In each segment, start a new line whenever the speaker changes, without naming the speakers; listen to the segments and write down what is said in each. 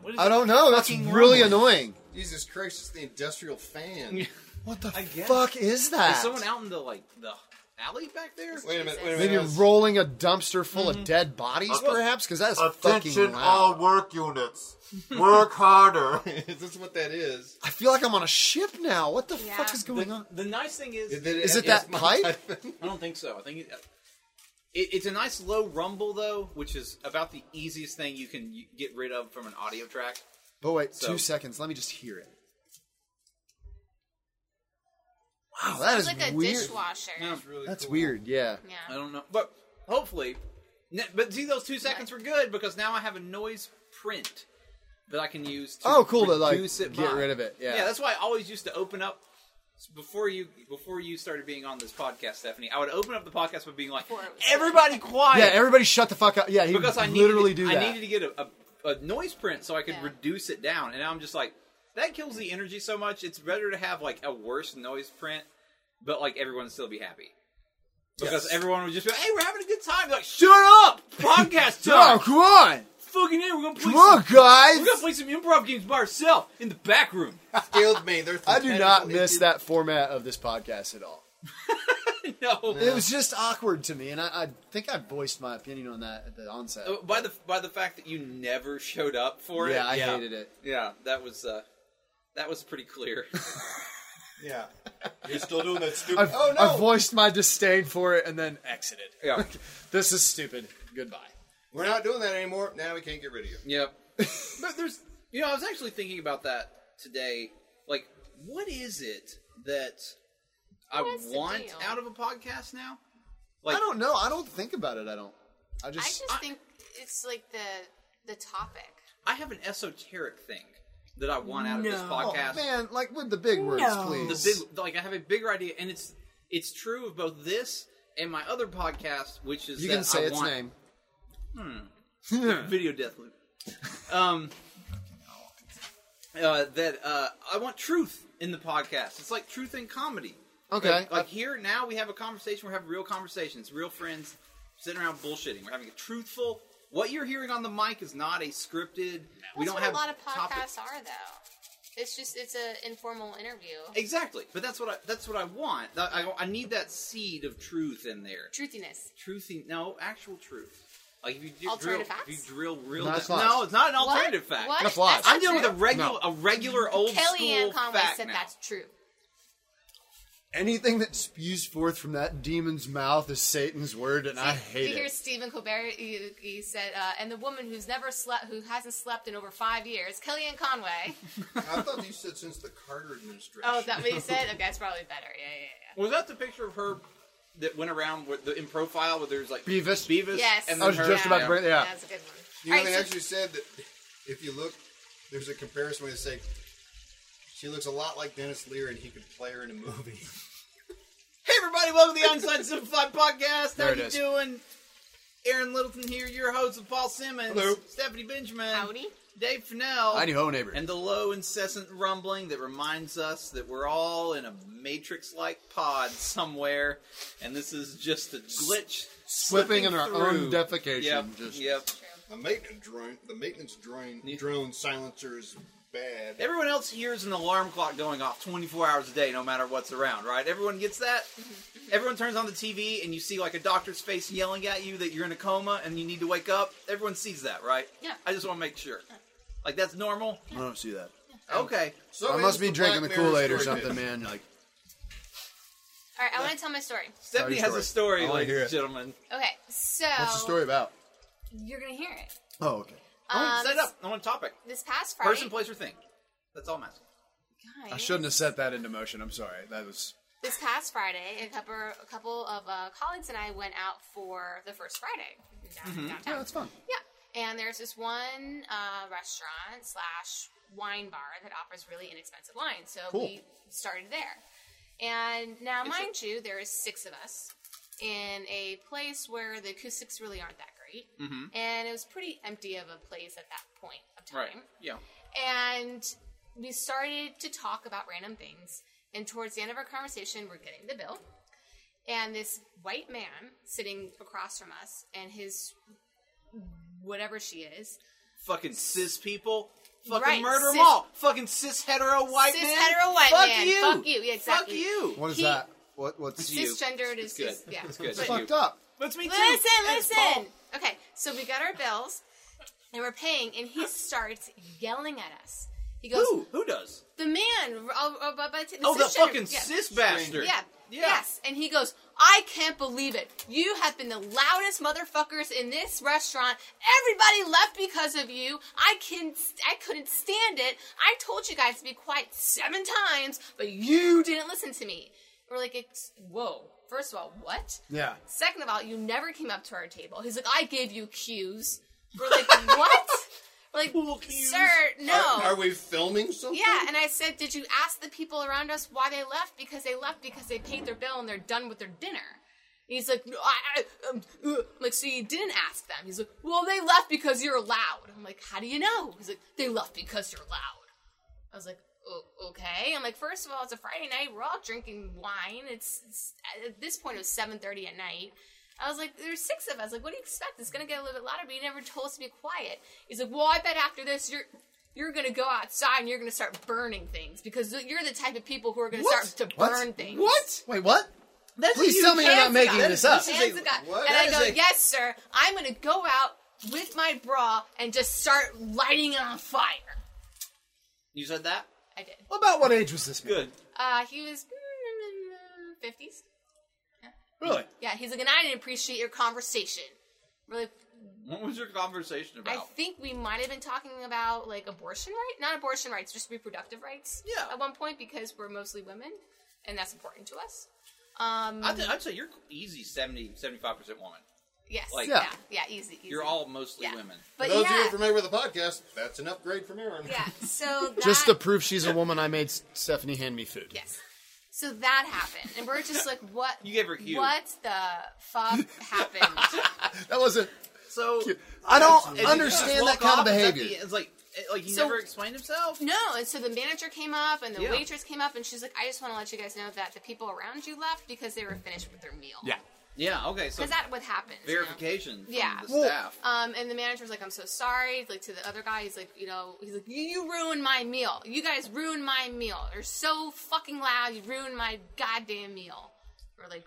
What is
I
it?
don't know. That's
Fucking
really
rumbling.
annoying.
Jesus Christ, it's the industrial fan.
What the
I guess.
fuck is that?
Is someone out in the like the alley back there?
Wait a minute, wait a minute.
Maybe
Yes.
rolling a dumpster full
Mm-hmm.
of dead bodies,
Attention-
perhaps, because that's fucking
Attention, all
loud.
work units. Work harder.
is this what that is?
I feel like I'm on a ship now. What the
Yeah.
fuck is going on?
The, the nice thing is,
Is it,
Is it
yes,
that
my
pipe?
type-
I don't think so. I think it, uh, it, it's a nice low rumble though, which is about the easiest thing you can y- get rid of from an audio track.
But wait,
So-
two seconds. Let me just hear it. Wow, that
It's
is
like a
weird.
dishwasher.
Yeah.
really
That's
cool.
weird. Yeah.
I
Yeah.
don't know, but hopefully, ne- but see those two seconds were good because now I have a noise print that I can use. to
Oh, cool, to, like,
reduce it
get
by.
rid of it, yeah.
yeah, that's why I always used to open up before you before you started being on this podcast, Stephanie. I would open up the podcast by being like,
Before it was-
"Everybody quiet."
Yeah. Everybody, shut the fuck up. Yeah, he
because I needed-
literally do that.
I needed to get a, a, a noise print so I could
Yeah.
reduce it down, and I'm just like that kills the energy so much. It's better to have like a worse noise print, but like everyone would still be happy because everyone would just be like, "Hey, we're having a good time." They're like, shut up, podcast
oh,
time,
come on,
fucking it. We're gonna play.
come on,
Some,
guys!
we're gonna play some improv games by ourselves in the back room.
Skilled me. They're
I do not miss
technical-
that format of this podcast at all.
no.
It was just awkward to me, and I, I think I voiced my opinion on that at the onset.
Uh, By the by, the fact that you never showed up for it,
Yeah, I hated it.
Yeah, that was uh, that was pretty clear.
Yeah. You're still doing that
Oh,
stupid.
I've,
Oh,
I voiced my disdain for it and then exited.
Yeah,
This is stupid. Goodbye.
We're not doing that anymore. Now we can't get rid of you.
Yep. but there's, you know, I was actually thinking about that today. Like, what is it that I
What is the
want
deal?
out of a podcast now?
I
Like,
don't know. I don't think about it. I don't. I
I
just.
just think it's like the the topic.
I have an esoteric thing that I want out of this
Oh,
podcast.
man, like with the big words,
The
please.
big, like, I have a bigger idea, and it's it's true of both this and my other podcast, which is
you
that
can say
I
its
want
name.
video death loop. Um, uh, that uh, I want truth in the podcast. It's like truth in comedy.
Okay.
Like, like here now, we have a conversation. We're having real conversations, real friends sitting around bullshitting. We're having a truthful. What you're hearing on the mic is not a scripted. we
That's
don't
what
have
a lot of
topic-
podcasts are though. It's just it's an informal interview.
Exactly, but that's what I, that's what I want. I, I, I need that seed of truth in there.
Truthiness.
Truthy, no actual truth. Like if you do drill,
Alternative
if
facts?
you drill real,
No, that's
down-
lies.
no, it's not an
What?
alternative fact.
What?
That's lies.
I'm dealing with a
true?
regular, a regular old
Kellyanne
school
Conway
fact
said
now.
that's true.
Anything that spews forth from that demon's mouth is Satan's word, and I
you
hate
hear
it.
Stephen Colbert. He, he said, uh, "And the woman who's never slept, who hasn't slept in over five years, Kellyanne Conway."
I thought you said since the Carter administration.
Oh, is that what he said? Okay, that's probably better. Yeah,
Was that the picture of her that went around with the, in profile where there's like
Beavis.
Beavis?
yeah, yeah. Yes.
And
I
then
was
her,
just about to bring. Yeah.
That's a good one.
You know,
All right,
they
so-
actually said that if you look, there's a comparison where they say she looks a lot like Dennis Leary and he could play her in a movie.
Hey everybody, welcome to the Unsigned Simplified Podcast. How
There it
you
is.
doing? Aaron Littleton here, your host of Paul Simmons,
Hello.
Stephanie Benjamin,
Howdy.
Dave Fennell,
I ho, neighbor.
and the low incessant rumbling that reminds us that we're all in a matrix-like pod somewhere, and this is just a glitch
Slipping in our
through.
own defecation.
Yep,
just-
yep.
The maintenance drone, the maintenance drone,
Yeah.
drone silencer is bad.
Everyone else hears an alarm clock going off 24 hours a day, no matter what's around, right? Everyone gets that.
Mm-hmm.
Everyone turns on the TV and you see like a doctor's face yelling at you that you're in a coma and you need to wake up. Everyone sees that, right?
Yeah.
I just want to make sure. Like that's normal.
I don't see that.
Okay.
So
I
is
must be
the
drinking the
Black
Kool Aid or
Mirror story
something,
bit.
man. Like,
All right, I want to tell my story.
Stephanie has a story,
I wanna
ladies
hear
and
it.
gentlemen.
Okay, so
what's the story about?
You're gonna hear it.
Oh, okay.
Um,
Set it up. I want a topic.
This past Friday,
Person, place, or thing. That's all I'm asking.
Guys,
I shouldn't have set that into motion. I'm sorry. That was.
This past Friday, a couple, a couple of uh, colleagues and I went out for the first Friday down, downtown.
Yeah, that's fun.
Yeah, and there's this one uh, restaurant slash wine bar that offers really inexpensive wine, so
Cool.
we started there. And now, mind you, there is six of us in a place where the acoustics really aren't that great,
Mm-hmm.
and it was pretty empty of a place at that point of time
Right. Yeah.
and we started to talk about random things. And towards the end of our conversation, we're getting the bill, and this white man sitting across from us, and his whatever she is,
Fucking cis people. Fucking
Right,
murder
cis-
them all. Fucking cis hetero white
cis
man.
hetero white
Fuck
man.
You.
Fuck you. Yeah, exactly.
Fuck you.
What is
He-
that? What what's
It's you.
Cisgendered
It's
is
good.
cis- yeah.
It's good.
it's
But-
fucked up?
That's me too.
Listen,
And it's
listen.
Paul.
Okay, so we got our bills, and we're paying, and he starts yelling at us. He goes,
Who? Who does?
"The man, oh, oh, but- but-
oh, the
cisgender-
fucking
yeah.
cis bastard.
Yeah.
Yeah.
Yes. And he goes, I can't believe it. You have been the loudest motherfuckers in this restaurant. Everybody left because of you. I can I couldn't stand it. I told you guys to be quiet seven times, but you didn't listen to me. We're like, "Ex- whoa. First of all, what?
Yeah.
Second of all, you never came up to our table. He's like, I gave you cues. We're like, what? We're like,
Cool cues.
sir, no.
Are, are we filming something?
Yeah, and I said, did you ask the people around us why they left? Because they left because they paid their bill and they're done with their dinner. And he's like, no, I, I, um, uh." I'm like, so you didn't ask them. He's like, well, they left because you're loud. I'm like, how do you know? He's like, they left because you're loud. I was like, o- okay. I'm like, first of all, it's a Friday night. We're all drinking wine. It's, it's at this point, it was 7.30 at night. I was like, there's six of us. Like, what do you expect? It's going to get a little bit louder, but you never told us to be quiet. He's like, well, I bet after this, you're... You're gonna go outside and you're gonna start burning things because you're the type of people who are gonna
What?
start to
What?
burn things.
What? Wait, what?
That's
Please
you.
tell me you're
Hands
not making
up.
this up.
Hands
This is a-
up.
what?
And
That
I go,
is a-
yes, sir. I'm going to go out with my bra and just start lighting it on fire.
You said that?
I did.
About what age was this? man?
Good.
Uh, he was mm, fifties.
Really?
Yeah, he's like, and I didn't appreciate your conversation. We're like,
What was your conversation
I
about?
think we might have been talking about like abortion right, not abortion rights, just reproductive rights.
Yeah.
At one point, because we're mostly women, and that's important to us. Um.
I'd, I'd say you're easy 70, 75% woman.
yes.
like-
yeah. yeah. Easy. easy.
You're all mostly
Yeah.
women.
But
For those of you
yeah.
familiar with the podcast, that's an upgrade from Aaron.
yeah. So that,
Just to prove she's a woman, I made S- Stephanie hand me food.
Yes. So that happened, and we're just like, what?
You gave her a cue.
What the fuck happened?
That wasn't.
So
I don't
And he just
understand
walk
that kind
off,
of
is that
behavior.
the- It's like, it- like he
So-
never explained himself.
no, and so the manager came up, and the
Yeah.
waitress came up, and she's like, I just want to let you guys know that the people around you left because they were finished with their meal.
Yeah.
Yeah. Okay. So
Because that what happens. you know?
verification. From
Yeah.
The
Well-
staff.
Um, and the manager's like, I'm so sorry. Like to the other guy, he's like, you know, he's like, you, you ruined my meal. You guys ruined my meal. You're so fucking loud. You ruined my goddamn meal. We're like,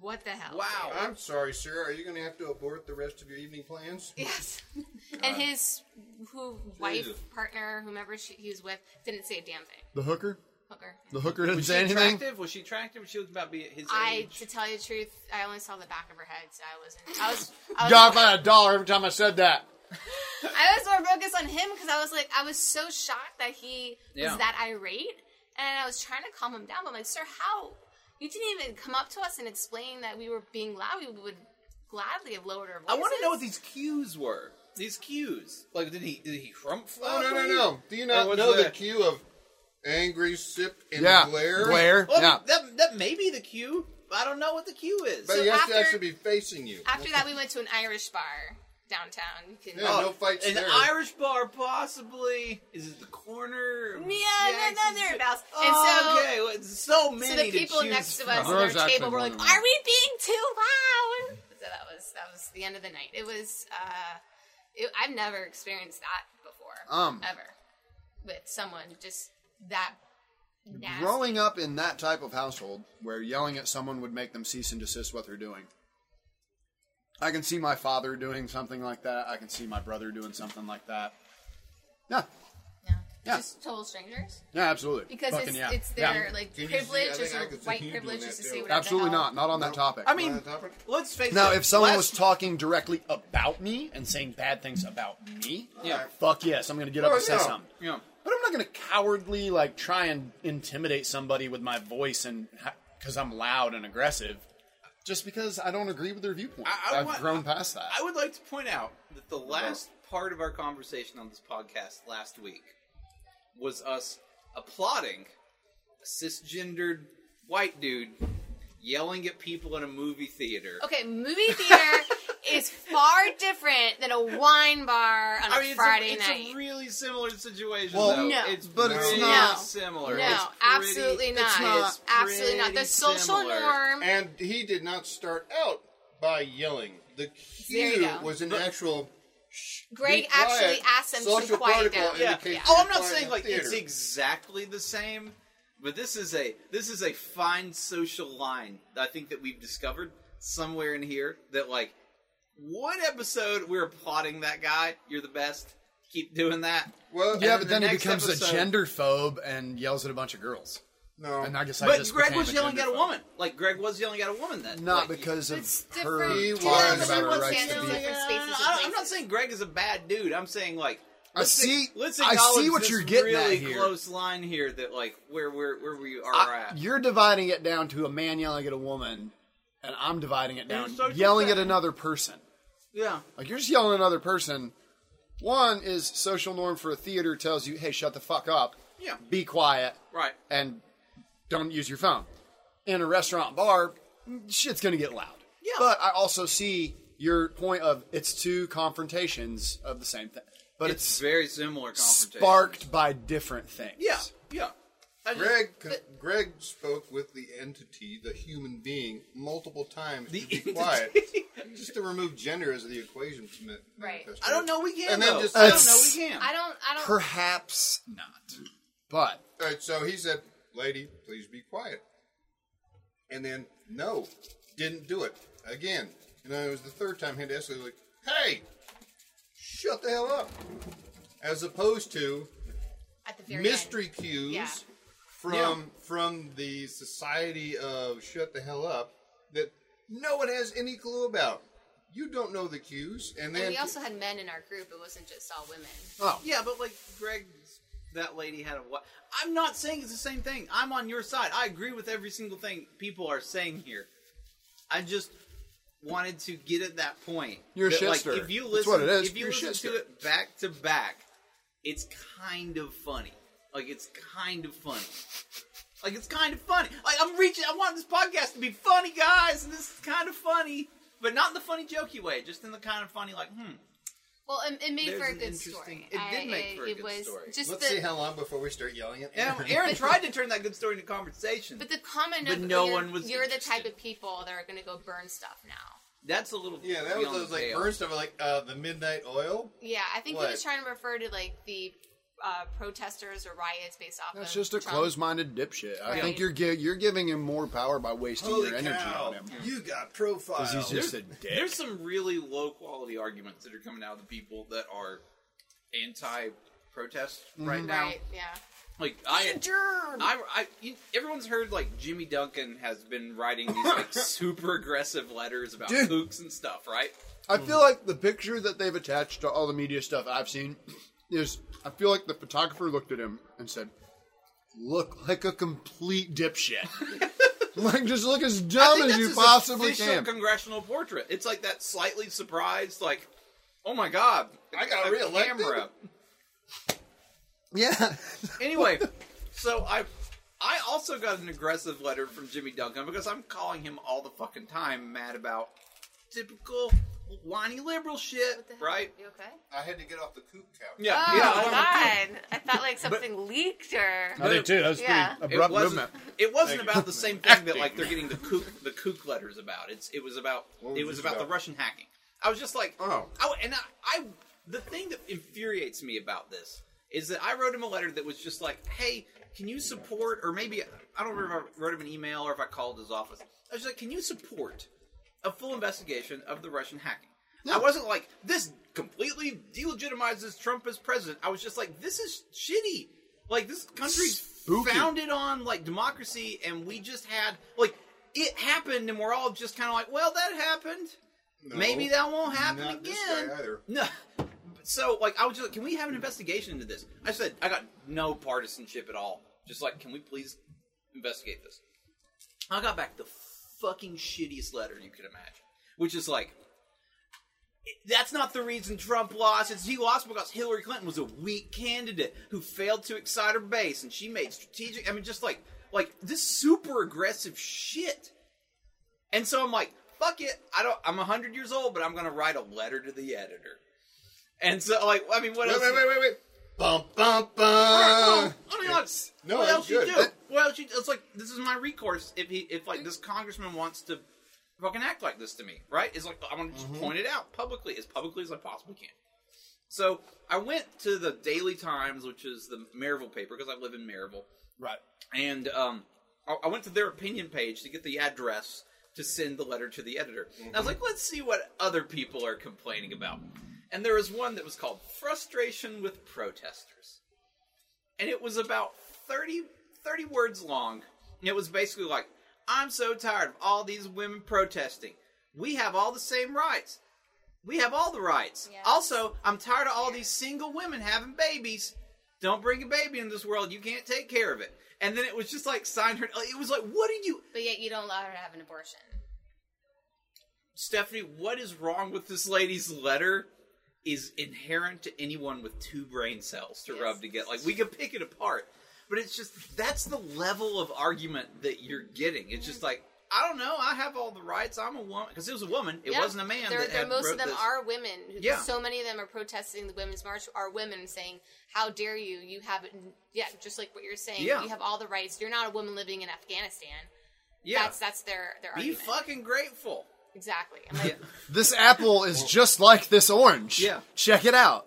what the hell?
Wow.
I'm sorry, sir. Are you going to have to abort the rest of your evening plans?
Yes. and his who wife,
Jesus.
partner, whomever she, he was with, didn't say a damn thing.
The hooker?
Hooker.
The hooker didn't
Was she
say anything?
attractive? Was she attractive? She was about to be his
I,
age.
to tell you the truth, I only saw the back of her head, so I wasn't. I was. I
God, if
was,
I had a dollar every time I said that.
I was more focused on him because I was like, I was so shocked that he
Yeah.
was that irate, and I was trying to calm him down. But I'm like, sir, how? You didn't even come up to us and explain that we were being loud. We would gladly have lowered our voices.
I want to know what these cues were. These cues. Like, did he did he crump?
Oh, no, no,
floppy?
no. Do you
Or
not
was
know the
that-
cue of angry sip and
Yeah.
glare?
Oh,
Well,
yeah.
that that may be the cue. I don't know what the cue is.
But
So
he has
after-
to actually be facing you.
After that, we went to an Irish bar downtown. You can,
Yeah, no fights
Oh, An
there.
Irish bar, possibly. Is it the corner? of
Yeah,
Jackson
no, no,
Street?
thereabouts. And
Oh,
so-
okay. Well, so
So
many.
the people
choose
next to
from.
us
from.
at
There's
our
actually
table were like,
more than one.
"Are we being too loud?" So that was that was the end of the night. It was uh, it, I've never experienced that before,
Um.
ever, with someone just that nasty.
Growing up in that type of household where yelling at someone would make them cease and desist what they're doing. I can see my father doing something like that. I can see my brother doing something like that. Yeah.
Yeah.
Yeah.
just total strangers
Yeah, absolutely.
because
Fucking
it's,
yeah.
it's
Yeah.
their like
Can you see- I
privilege,
think
just
I
their
could see
white
you doing
privilege,
that
just to
too.
say whatever. the
Absolutely
hell.
not. Not on that topic.
I mean,
On top of-
let's face it.
now, if someone was
last-
talking directly about me and saying bad things about me,
Yeah.
fuck yes, I'm going to get up
Oh,
and say
yeah.
something.
Yeah.
But I'm not going to cowardly like try and intimidate somebody with my voice and because I'm loud and aggressive, just because I don't agree with their viewpoint.
I- I
have
want-
grown past that.
I would like to point out that the last part of our conversation on this podcast last week was us applauding a cisgendered white dude yelling at people in a movie theater.
Okay, movie theater is far different than a wine bar on a
I mean, it's,
Friday
a, it's
night.
a really similar situation,
Well,
though.
No.
It's
but
it's
really
not.
similar.
No,
It's
absolutely
pretty-
not.
It's not.
absolutely not. The
pretty
social
similar.
norm.
And he did not start out by yelling. The
There you
cue
go.
was an actual
Greg
Be quiet.
actually asked them to be
Social
quiet
protocol
down.
Yeah.
indicates you're
Oh, I'm not
playing
saying
a
like it's
theater.
exactly the same, but this is a this is a fine social line. that I think that we've discovered somewhere in here that like one episode we are applauding that guy. You're the best. Keep doing that.
Well,
Yeah,
And then
but then
the
he
next
becomes a
episode-
genderphobe and yells at a bunch of girls.
no.
And I guess I
but
just
Greg
became
was
a
yelling at a
genderphobe.
woman. Like Greg was yelling at a woman then.
Not
Like,
because of
It's
her
different.
He
talking
was-
about
he
her
was
rights to
standing
be.
there. different spaces and
I- I'm not
places.
saying Greg is a bad dude. I'm saying like
I
let's
see-
ac- Let's
I see
acknowledge
what
this
you're getting at
really
here.
close line here that like where where where we are
I-
at.
you're dividing it down to a man yelling at a woman, and I'm dividing it down
It's so
yelling at
different.
another person.
Yeah.
Like you're just yelling at another person. One is social norm for a theater tells you, "Hey, shut the fuck up,
Yeah.
be quiet,
Right.
and don't use your phone." In a restaurant bar, shit's gonna get loud.
Yeah.
But I also see your point of it's two confrontations of the same thing, but
it's,
it's,
very similar confrontation.
sparked by different things.
Yeah, yeah. I just-
Greg, Greg spoke with the entity, the human being, multiple times
The
to be
entity.
quiet, just to remove gender as the equation to ma-
Right.
manifest.
I don't know we can.
And then
though.
just-
I don't know
It's-
we can.
I don't. I don't.
Perhaps not, but
All right, so he said, "Lady, please be quiet," and then no, didn't do it again. And then it was the third time he had to escalate, like, "Hey, shut the hell up," as opposed to
at the very
mystery
end.
cues
Yeah.
from from the society of shut the hell up that no one has any clue about. You don't know the cues, and
And
then
we also had men in our group. It wasn't just all women.
oh,
yeah, but like Greg, that lady had a what? I'm not saying it's the same thing. I'm on your side. I agree with every single thing people are saying here. I just wanted to get at that point.
You're a
that, like,
shitster.
If you
That's
listen,
what it is.
if you
You're a
listen
shitster.
to it back to back, it's kind of funny. Like it's kind of funny. Like it's kind of funny. Like I'm reaching. I want this podcast to be funny, guys. And this is kind of funny, but not in the funny jokey way. Just in the kind of funny, like hmm.
Well, it, it made
There's
for a
an
good
interesting-
story.
it did
I-
make for a
it
good
was
story.
Just
let's
the,
see how long before we start yelling at
And
Aaron.
Um, Aaron tried to turn that good story into conversation.
But the comment
But
of
no
you're,
one was
you're the
interested.
type of people that are going to go burn stuff now.
That's a little
Yeah, that was,
beyond
that was like
pale.
first of all, like uh, the midnight oil.
Yeah, I think
What?
he was trying to refer to like the uh, protesters or riots based off.
That's
of
just a
Trump.
closed-minded dipshit. I
Right.
think you're gi- you're giving him more power by wasting your energy on him.
You got profile.
'Cause He's just a dick.
There's some really low quality arguments that are coming out of the people that are anti protest right now.
Right. Yeah.
Like I, I, I you, everyone's heard like Jimmy Duncan has been writing these like super aggressive letters about
Dude.
kooks and stuff, right?
I feel like the picture that they've attached to all the media stuff I've seen is I feel like the photographer looked at him and said, "Look like a complete dipshit. like just look as
I
dumb
think
as
that's
you
his
possibly
official
can."
Congressional portrait. It's like that slightly surprised, like, oh my god,
I got
a
reelected."
camera.
yeah,
Anyway, so I I also got an aggressive letter from Jimmy Duncan because I'm calling him all the fucking time mad about typical whiny liberal shit,
What the hell?
right?
You okay?
I had to get off the coop couch.
Yeah,
Oh
yeah.
my
I'm-
god! I thought like something leaked or.
I did
too. That was
pretty Yeah.
It wasn't, it wasn't about the same thing that like they're getting the kook the kook letters about. It's it was about
What was
it was
this
about, the
about?
Russian hacking. I was just like,
Oh.
I, and I, I the thing that infuriates me about this is that I wrote him a letter that was just like, hey, can you support or maybe I don't remember if I wrote him an email or if I called his office. I was like, can you support a full investigation of the Russian hacking? I wasn't like this completely delegitimizes Trump as president. I was just like, this is shitty. Like this country's
Spooky.
founded on like democracy, and we just had like it happened, and we're all just kind of like, well, that happened.
No,
Maybe that won't happen
not
again.
this guy either.
No. So like I was just like, can we have an investigation into this? I said I got no partisanship at all. Just like, can we please investigate this? I got back the fucking shittiest letter you could imagine, which is like, that's not the reason Trump lost. It's he lost because Hillary Clinton was a weak candidate who failed to excite her base, and she made strategic. I mean, just like like this super aggressive shit. And so I'm like, fuck it. I don't. I'm hundred years old, but I'm gonna write a letter to the editor. And so, like, I mean, what
Wait,
else?
wait, wait, wait, wait. Bum, bum,
Well,
bum.
I mean, that's-
Uh, No,
what
that's
else you
good.
do?
That-
what else you? It's like this is my recourse. If he, if like this congressman wants to
Mm-hmm.
fucking act like this to me, right? It's like I'm gonna just point it out publicly, as publicly as I possibly can. So I went to the Daily Times, which is the Maryville paper, because I live in Maryville,
Right.
and um, I, I went to their opinion page to get the address to send the letter to the editor. And I was
Mm-hmm.
like, let's see what other people are complaining about. And there was one that was called Frustration with Protesters. And it was about 30, 30 words long. And it was basically like, I'm so tired of all these women protesting. We have all the same rights. We have all the rights.
Yes.
Also, I'm tired of all these single women having babies. Don't bring a baby in this world. You can't take care of it. And then it was just like signed her. It was like, what are you,
But yet you don't allow her to have an abortion.
Stephanie? What is wrong with this lady's letter? Is inherent to anyone with two brain cells to
Yes.
rub together. Like we can pick it apart, but it's just that's the level of argument that you're getting. It's
Mm.
just like I don't know. I have all the rights. I'm a woman because it was a woman. It
Yeah.
wasn't a man.
They're,
that
they're-
had
most
wrote
of them
this.
are women.
Yeah.
So many of them are protesting the women's march. Are women saying, "How dare you? You have yeah, just like what you're saying.
Yeah.
You have all the rights. You're not a woman living in Afghanistan.
Yeah,
That's that's their their
be
argument.
fucking grateful.
Exactly. I'm like,
This apple is just like this orange.
Yeah.
Check it out.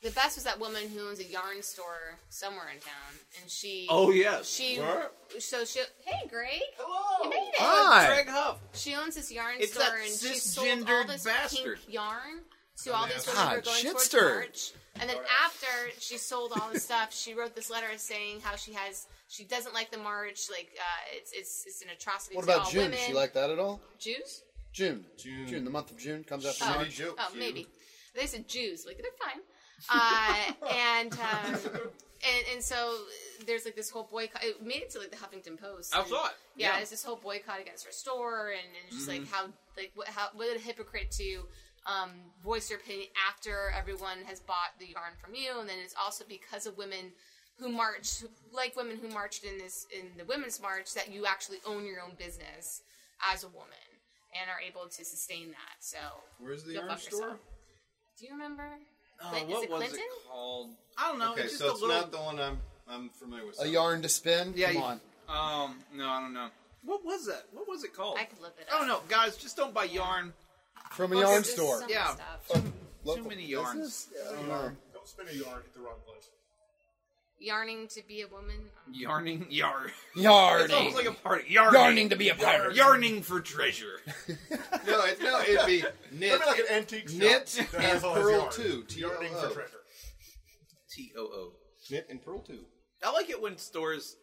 The best was that woman who owns a yarn store somewhere in town, and she
Oh yes.
she
What?
so she hey Greg
Hello.
You made it.
Hi.
Greg Huff.
she owns this yarn
It's
store
that
and she sold all
cisgendered
this
bastard.
pink yarn to all these
yeah.
women who were
Oh, God,
going towards
shitster.
March. And then after she sold all this stuff, she wrote this letter saying how she has she doesn't like the march, like uh, it's it's it's an atrocity to all Oh, women.
that at all?
Jews?
June.
June.
the month of June comes after
Ah.
Oh.
Shitty joke.
Oh,
Jew.
maybe. They said Jews. Like, they're fine. Uh, and, um, and and so there's like this whole boycott. It made it to like the Huffington Post.
I
And,
saw it.
Yeah,
Yeah.
it's this whole boycott against her store, and, and just like how like what how what a hypocrite to um, voice your opinion after everyone has bought the yarn from you, and then it's also because of women who marched like women who marched in this in the women's march that you actually own your own business as a woman and are able to sustain that. So
Where's the
Go
yarn
fuck
store?
yourself. do you remember?
Oh,
Clint- is
what
it
was
Clinton?
it called? I don't know.
Okay,
it's just
so
a
it's
little.
not the one I'm I'm familiar with.
A yarn to spin?
Yeah,
Come
you-
on.
Um, no, I don't know. What was that? What was it called?
I could look it
I
up.
don't know, Oh, guys. Just don't buy yarn.
From a
Well,
yarn
there's
store.
some
Yeah.
stuff.
Local
many yarns.
business? I don't know.
Don't spin a yarn at the wrong place.
Yarning to be a woman.
Yarning, yarn. It's
Yarning.
almost like a party. Yarning,
Yarning to be a pirate.
Yarning for treasure.
no, it, no, it'd be knit,
Maybe like an antique shop
knit
that
and
has all his
pearl
yarn.
two.
Yarning for
T-O-O.
treasure.
T O O.
knit and pearl two.
I like it when stores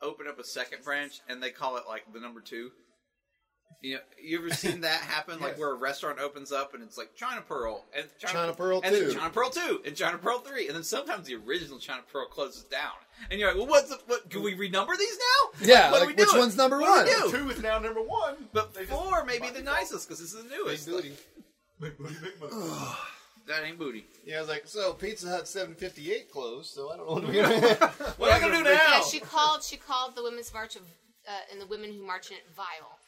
open up a second branch and they call it like the number two. You know, you ever seen that happen? Like where a restaurant opens up and it's like China Pearl and China,
China Pearl
and then
two.
China Pearl two, and China Pearl three, and then sometimes the original China Pearl closes down, and you're like, well, what's the, what? Can we renumber these now?
Yeah,
what are we
like, which
doing?
one's number
What do we
one?
do?
Two is now number one.
But
They just-
four may be
by
the
default.
nicest because it's the newest.
Big booty.
Big booty, big booty.
That ain't booty.
Yeah, I was like, so Pizza Hut 758 closed, so I don't know what we're gonna.
What am I gonna do now?
Yeah, she called. She called the women's march of, uh, and the women who march in it vile.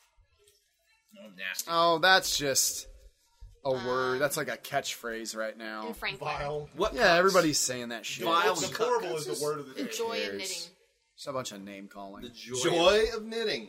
Nasty.
Oh, that's just a word. That's like a catchphrase right now.
In Franklin,
Vile.
What?
Yeah, everybody's saying that shit.
Vile
What's
and
deplorable
cuck.
is the word of the
the
day.
joy of
cares?
knitting.
It's a bunch of name calling.
The joy.
Joy of knitting.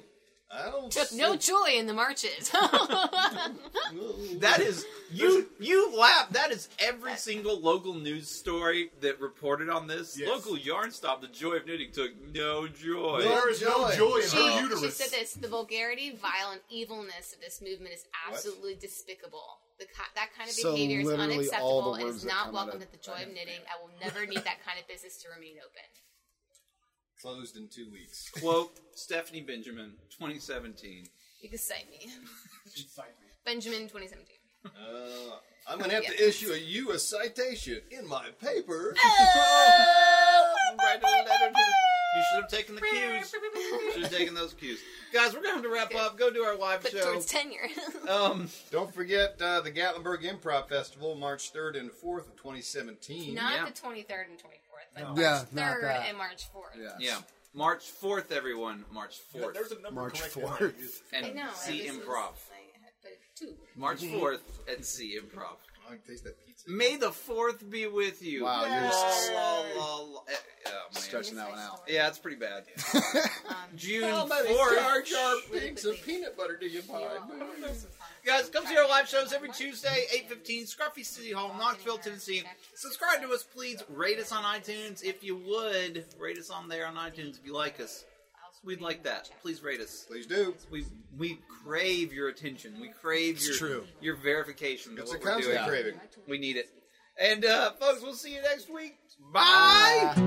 I don't.
Took no joy in the marches.
That is you. You laugh. That is every single local news story that reported on this.
Yes.
Local yarn stop. The joy of knitting took no joy.
No
There is no
joy.
joy in
she,
her
she
uterus.
said this: the vulgarity, vile, and evilness of this movement is absolutely despicable. The, ki- that kind of
So
behavior is
literally all the
unacceptable and
words
is
that
not
come out
welcome
of
at the joy of knitting. I will never need that kind of business to remain open.
Closed in two weeks.
Quote Stephanie Benjamin, 2017.
You can cite me. Benjamin 2017.
I'm gonna have
Oh, Yeah.
to issue you a citation in my paper.
Oh,
Write a letter to- You should have taken the cues. Should have taken those cues, guys. We're gonna have to wrap up. Go do our live
But
show.
towards tenure.
Um,
Don't forget uh, the Gatlinburg Improv Festival, March 3rd and 4th of 2017.
not
Yeah.
the 23rd and 24th, but
No.
March
Yeah, not
3rd
that.
and March 4th.
Yes.
yeah, March 4th, everyone. March 4th.
There's a number
March
correct.
4th.
there. It's-
I
and
know.
see
this is,
improv.
like, but two.
March 4th and see improv.
I can taste that pizza.
May the 4th be with you.
Wow,
La,
you're just
la, la, la. Eh, oh, man.
stretching that one out.
Yeah, it's pretty bad. June
Um,
Somebody
4th.
Oh,
Mmm, charge our pinks of peanut butter to your pie.
Well,
Guys, come see our live shows every Tuesday, 8.15, Scruffy City Hall, Knoxville, Tennessee. Subscribe to us, please. Rate us on iTunes if you would. Rate us on there on iTunes if you like us. We'd like that. Please rate us.
Please do.
We we crave your attention. We crave
It's
your
true.
your verification that
It's a
what we're
constant
doing.
craving.
We need it. And uh, folks, we'll see you next week. Bye.
Bye.